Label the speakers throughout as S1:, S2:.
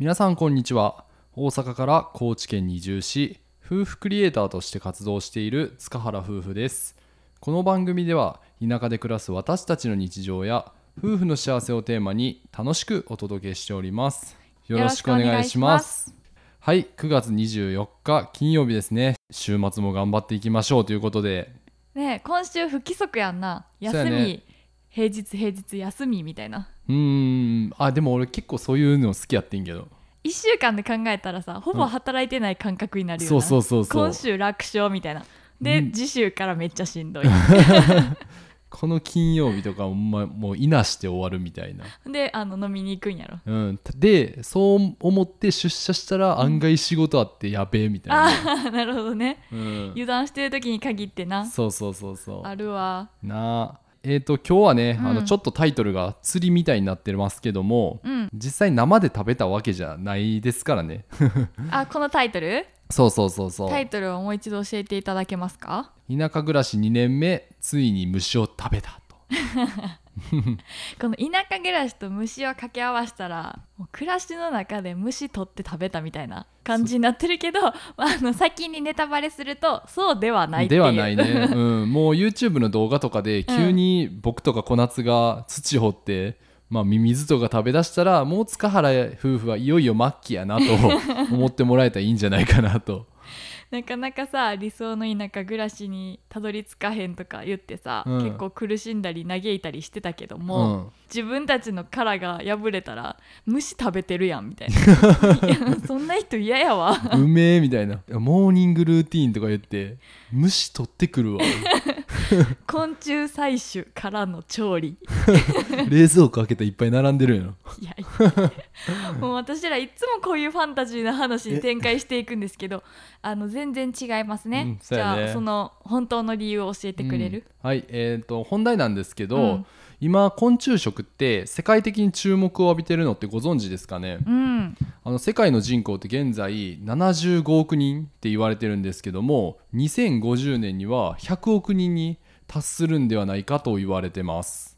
S1: 皆さんこんにちは大阪から高知県に移住し夫婦クリエイターとして活動している塚原夫婦ですこの番組では田舎で暮らす私たちの日常や夫婦の幸せをテーマに楽しくお届けしておりますよろしくお願いしますはい9月24日金曜日ですね週末も頑張っていきましょうということで
S2: ねえ今週不規則やんな
S1: そうや
S2: 休み、
S1: ね
S2: 平日平日休みみたいな
S1: うーんあでも俺結構そういうの好きやってんけど
S2: 1週間で考えたらさほぼ働いてない感覚になるよな、
S1: そうそうそうそう
S2: 今週楽勝みたいなで、
S1: うん
S2: 次週からめっちゃしんどい
S1: この金曜日とかほんまもういなして終わるみたいな、
S2: であの飲みに行くんやろ
S1: うん、でそう思って出社したら案外仕事あってやべえみたい
S2: あ
S1: な、
S2: あなるほどね
S1: うん、
S2: 油断してる時に限ってな
S1: そうそうそうそ
S2: あるわ
S1: うなあえっ、と今日はね、
S2: うん
S1: あのちょっとタイトルが釣りみたいになってますけども、
S2: うん
S1: 実際生で食べたわけじゃないですからね
S2: あこのタイトル
S1: そうそうそうそう
S2: タイトルをもう一度教えていただけますか
S1: 田舎暮らし2年目ついに虫を食べたと
S2: この田舎暮らしと虫を掛け合わせたらもう暮らしの中で虫取って食べたみたいな感じになってるけど、ま あ、あの先にネタバレするとそうではないってい
S1: で
S2: う
S1: はないね、 うん、もう YouTube の動画とかで急に僕とか小夏が土掘って、まあ、ミミズとか食べだしたらもう塚原夫婦はいよいよ末期やな と思ってもらえたらいいんじゃないかなと、
S2: なかなかさ理想の田舎暮らしにたどり着かへんとか言ってさ、
S1: うん
S2: 結構苦しんだり嘆いたりしてたけど
S1: う
S2: も、
S1: ん、
S2: 自分たちの殻が破れたら虫食べてるやんみたいな いやそんな人嫌やわ
S1: うめえみたいな「モーニングルーティーン」とか言って「虫取ってく るわ
S2: 昆虫採取からの調理
S1: 冷蔵庫開けたらいっぱい並んでるんやろ
S2: いやいや もう私らいつもこういうファンタジーな話に展開していくんですけ どあの全然違いますね,、
S1: うんそ
S2: じ
S1: うやね
S2: ゃあその本当の理由を教えてくれる、
S1: うんはいえー、と本題なんですけど、
S2: うん
S1: 今昆虫食って世界的に注目を浴びてるのってご存知ですかね、
S2: うん
S1: あの世界の人口って現在75億人って言われてるんですけども2050年には100億人に達するんではないかと言われてます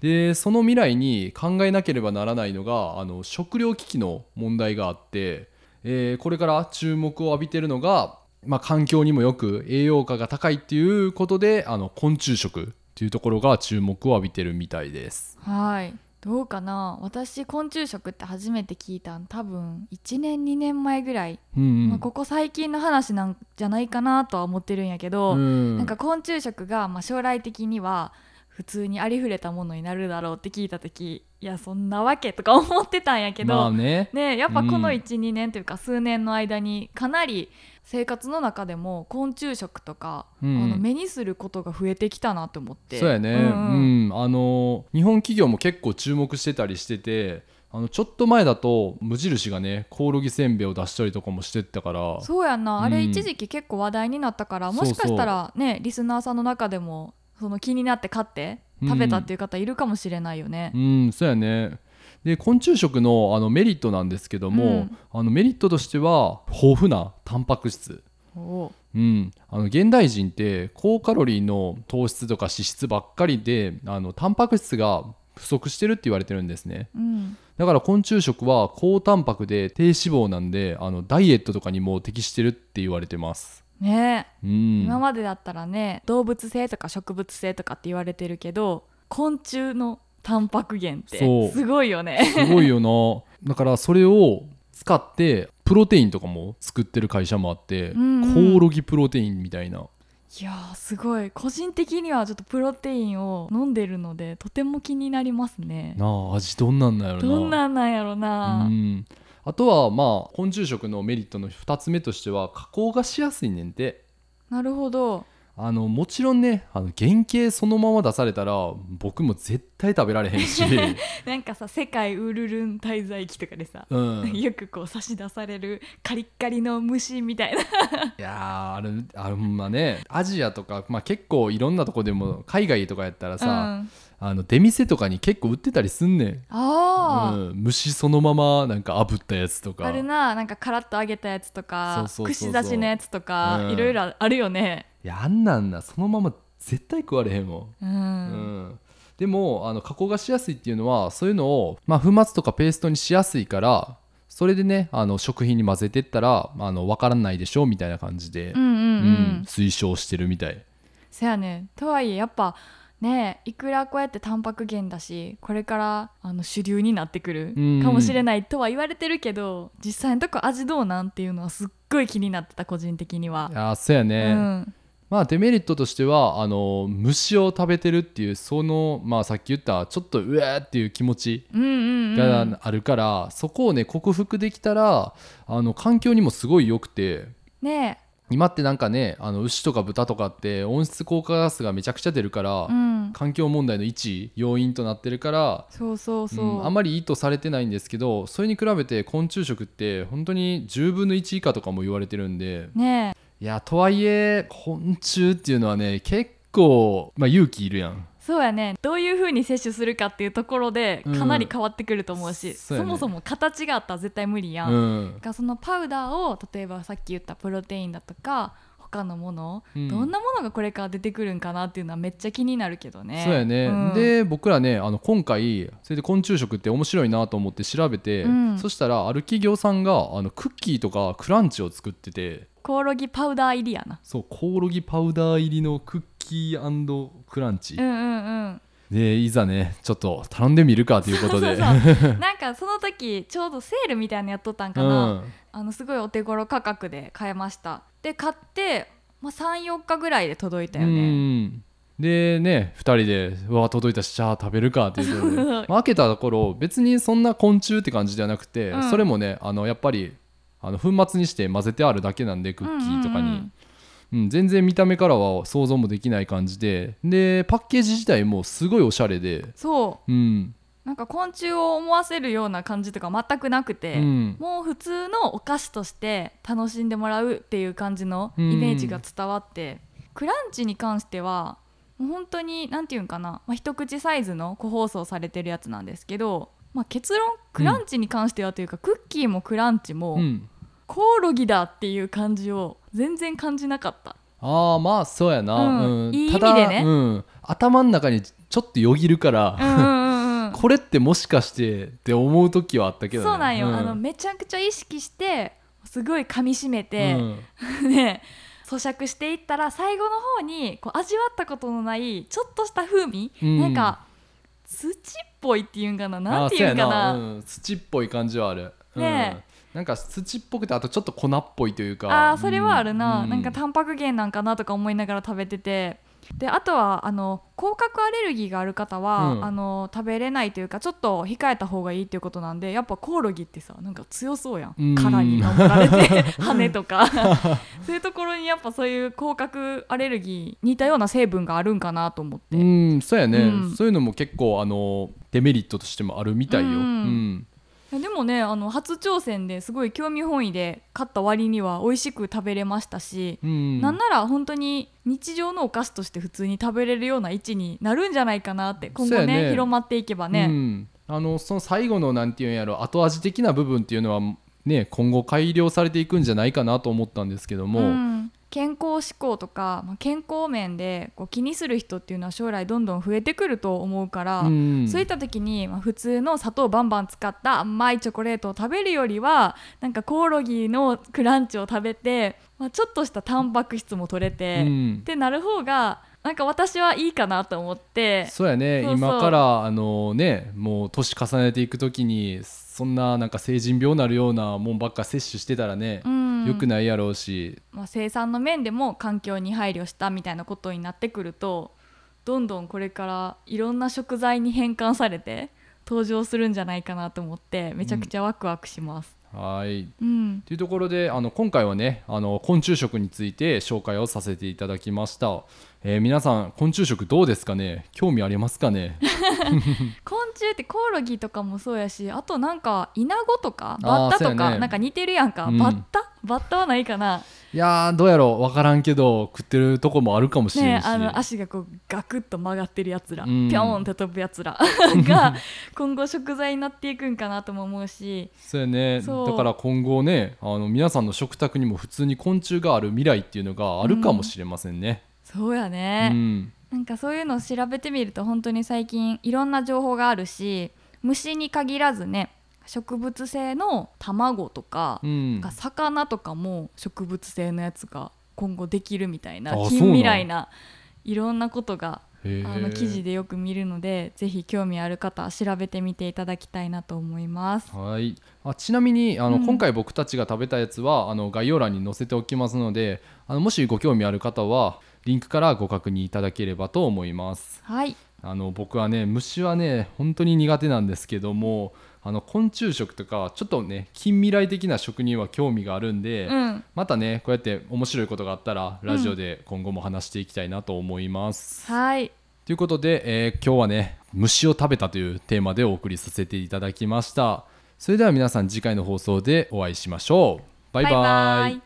S1: でその未来に考えなければならないのがあの食糧危機の問題があって、えーこれから注目を浴びてるのが、まあ、環境にもよく栄養価が高いっていうことであの昆虫食っていうところが注目を浴びてるみたいです
S2: はいどうかな私昆虫食って初めて聞いたん多分1年2年前ぐらい、
S1: うんうん
S2: まあ、ここ最近の話なんじゃないかなとは思ってるんやけど、
S1: うん
S2: なんか昆虫食がまあ将来的には普通にありふれたものになるだろうって聞いた時いやそんなわけとか思ってたんやけど、
S1: まあね
S2: ねやっぱこの
S1: うん
S2: 12、2年というか数年の間にかなり生活の中でも昆虫食とか、
S1: うん
S2: あの目にすることが増えてきたなと思って
S1: そうやね、うん
S2: うん
S1: あの日本企業も結構注目してたりしててあのちょっと前だと無印がねコオロギせんべいを出したりとかもしてったから
S2: そうやなあ
S1: う
S2: れ
S1: ん
S2: 一時期結構話題になったか
S1: そ
S2: ら、
S1: う
S2: も
S1: そう
S2: しかしたらねリスナーさんの中でもその気になって買って食べたっていう方いるかもしれないよね。
S1: うんそうやねで昆虫食のあのメリットなんですけども、
S2: うん
S1: あのメリットとしては豊富なタンパク質
S2: おう
S1: うん、あの現代人って高カロリーの糖質とか脂質ばっかりであのタンパク質が不足してるって言われてるんですね
S2: うん
S1: だから昆虫食は高タンパクで低脂肪なんであのダイエットとかにも適してるって言われてます。
S2: ね
S1: うん、
S2: 今までだったらね動物性とか植物性とかって言われてるけど昆虫のタンパク源っ
S1: そう
S2: てすごいよね。
S1: すごいよなだからそれを使ってプロテインとかも作ってる会社もあって、
S2: うんうん
S1: コオロギプロテインみたいない
S2: やーすごい個人的にはちょっとプロテインを飲んでるのでとても気になりますね
S1: なあ味どんなんなんやろな
S2: どんなんなんやろな
S1: うんあとはまあ昆虫食のメリットの2つ目としては加工がしやすいねんて
S2: なるほど
S1: あのもちろんねあの原型そのまま出されたら僕も絶対食べられへん し、
S2: なんかさ「世界ウルルン滞在記」とかでさ、
S1: うん、
S2: よくこう差し出されるカリッカリの虫みたいな
S1: いやーあれあれほんまねアジアとか、まあ、結構いろんなとこでも海外とかやったらさ、
S2: うん、
S1: あの出店とかに結構売ってたりすんねん、
S2: あー、
S1: うん、虫そのままなんか炙ったやつとか
S2: あるななんかカラッと揚げたやつとか
S1: そうそうそうそう
S2: 串刺しのやつとか、
S1: うん
S2: いろいろあるよね
S1: いやあんなんなそのまま絶対食われへんも、
S2: うん
S1: うん
S2: ん、
S1: でもあの加工がしやすいっていうのはそういうのを、まあ、粉末とかペーストにしやすいからそれでねあの食品に混ぜてったらあの分からないでしょみたいな感じで、
S2: うんうんうん、
S1: うん推奨してるみたい
S2: そやねんとはいえやっぱねいくらこうやってタンパク源だしこれからあの主流になってくる
S1: うん。
S2: かもしれないとは言われてるけど実際のとこ味どうなんっていうのはすっごい気になってた個人的にはい
S1: やーそうや
S2: う
S1: ね、
S2: ん
S1: まあデメリットとしてはあの虫を食べてるっていうその、まあ、さっき言ったちょっとうわーっていう気持ち
S2: うんうんうん
S1: があるから、そこをね克服できたらあの環境にもすごい良くて
S2: ね
S1: 今ってなんかねあの牛とか豚とかって温室効果ガスがめちゃくちゃ出るから、
S2: え、うん、
S1: 環境問題の一要因となってるから
S2: そうそうそ
S1: う
S2: う、
S1: ん、あまりいいとされてないんですけどそれに比べて昆虫食って本当に10分の1以下とかも言われてるんで
S2: ねえ
S1: いやとはいえ昆虫っていうのはね結構、まあ、勇気いるやん
S2: そうやねどういうふうに摂取するかっていうところで
S1: うん
S2: かなり変わってくると思うし、
S1: そう
S2: そ
S1: やね
S2: もそも形があったら絶対無理やん、
S1: うん
S2: だからそのパウダーを例えばさっき言ったプロテインだとか他のもの、
S1: うん
S2: どんなものがこれから出てくるんかなっていうのはめっちゃ気になるけどね。
S1: そうやね、
S2: ん、
S1: で僕らねあの今回それで昆虫食って面白いなと思って調べて、
S2: うん
S1: そしたらある企業さんがあのクッキーとかクランチを作ってて
S2: コオロギパウダー入りやな。
S1: そうコオロギパウダー入りのクッキークランチ、
S2: うんうんうん。
S1: でいざねちょっと頼んでみるかということ
S2: そう
S1: で
S2: そう。なんかその時ちょうどセールみたいなのやっとったんかな。
S1: うん
S2: あのすごいお手頃価格で買えました。で買って、まあ三四日ぐらいで届いたよね。
S1: うんでね2人で「うわ届いたしじゃあ食べるか」っていうことで、 まあ開けたところ別にそんな昆虫って感じではなくて、
S2: うん
S1: それもねあのやっぱりあの粉末にして混ぜてあるだけなんでクッキーとかに、う
S2: うんんうん
S1: 全然見た目からは想像もできない感じででパッケージ自体もすごいおしゃれで、
S2: そ
S1: うん
S2: う。なんか昆虫を思わせるような感じとか全くなくて。
S1: うん
S2: もう普通のお菓子として楽しんでもらうっていう感じのイメージが伝わって、クランチに関してはもう本当に何て言うんかな、まあ、一口サイズの個包装されてるやつなんですけど、まあ、結論クランチに関してはというか、クッキーもクランチも、
S1: うん、
S2: コオロギだっていう感じを全然感じなかった。
S1: ああまあそうやな、
S2: うんいい意味でね
S1: うん、頭の中にちょっとよぎるから、
S2: うんうんうんうん
S1: これってもしかしてって思う時はあったけど、ね、
S2: そうなんよ、
S1: ん
S2: あのめちゃくちゃ意識してすごい噛みしめて、
S1: うん
S2: ね咀嚼していったら最後の方にこう味わったことのないちょっとした風味、
S1: うん
S2: なんか土っぽいっていうんかななんていうんか
S1: あ
S2: な
S1: そうやうん土っぽい感じはある、うん
S2: ね
S1: なんか土っぽくてあとちょっと粉っぽいというか
S2: あーそれはあるな、
S1: うん
S2: なんかタンパク源なんかなとか思いながら食べててであとはあの甲殻アレルギーがある方は、
S1: うん
S2: あの食べれないというかちょっと控えた方がいいっていうことなんでやっぱコオロギってさなんか強そうやん、
S1: うん
S2: 殻に守ら れて羽とか そういうところにやっぱそういう甲殻アレルギー似たような成分があるんかなと思って。
S1: うんそうやね、
S2: うん
S1: そういうのも結構あのデメリットとしてもあるみたいよ、う
S2: うんんいやでもねあの初挑戦ですごい興味本位で買った割には美味しく食べれましたし、
S1: うん
S2: なんなら本当に日常のお菓子として普通に食べれるような位置になるんじゃないかなって
S1: そ
S2: 今
S1: う
S2: 後
S1: や
S2: ね
S1: ね
S2: 広まっていけば
S1: う
S2: ね、
S1: んあのその最後のなんていうんやろ後味的な部分っていうのはね今後改良されていくんじゃないかなと思ったんですけども、
S2: うん健康志向とか、まあ、健康面でこう気にする人っていうのは将来どんどん増えてくると思うから、
S1: うん
S2: そういった時に、まあ、普通の砂糖バンバン使った甘いチョコレートを食べるよりはなんかコオロギのクランチを食べて、まあ、ちょっとしたタンパク質も取れて、
S1: うん
S2: ってなる方がなんか私はいいかなと思って
S1: そうやね
S2: そうそう
S1: 今からあのねもう年重ねていくときにそんななんか成人病になるようなもんばっか摂取してたらね、
S2: うん
S1: よくないやろうし
S2: まあ、生産の面でも環境に配慮したみたいなことになってくるとどんどんこれからいろんな食材に変換されて登場するんじゃないかなと思ってめちゃくちゃワクワクします。
S1: はい
S2: うん、
S1: というところであの今回はねあの昆虫食について紹介をさせていただきました、えー皆さん昆虫食どうですかね興味ありますか ね
S2: 昆虫ってコオロギとかもそうやしあとなんかイナゴとか
S1: あー
S2: バッタと
S1: そうや
S2: か、
S1: ね
S2: なんか似てるやんか、
S1: うん
S2: バッタバッタはないかない
S1: やーどうやろう分からんけど食ってるとこもあるかもしれ
S2: ね
S1: んし、
S2: あの足がこうガクッと曲がってるやつら、
S1: うん
S2: ピョーンって飛ぶやつ らが今後食材になっていくんかなとも思うし
S1: そうやね
S2: そう
S1: だから今後ねあの皆さんの食卓にも普通に昆虫がある未来っていうのがあるかもしれませんね、
S2: そうや
S1: う
S2: ね、
S1: ん
S2: なんかそういうのを調べてみると本当に最近いろんな情報があるし虫に限らずね植物性の卵とか,、
S1: うん
S2: か魚とかも植物性のやつが今後できるみたいな
S1: あそうなん
S2: 近未来ないろんなことが
S1: へー
S2: あの記事でよく見るのでぜひ興味ある方は調べてみていただきたいなと思います。
S1: はいあちなみにあの、
S2: うん
S1: 今回僕たちが食べたやつはあの概要欄に載せておきますのであのもしご興味ある方はリンクからご確認いただければと思います
S2: はい、
S1: あの僕はね虫はね本当に苦手なんですけどもあの昆虫食とかちょっとね近未来的な食には興味があるんで、
S2: うん、
S1: またねこうやって面白いことがあったらラジオで今後も話していきたいなと思います、
S2: はい、
S1: ということで、えー今日はね虫を食べたというテーマでお送りさせていただきましたそれでは皆さん次回の放送でお会いしましょうバイバイ
S2: バイバイ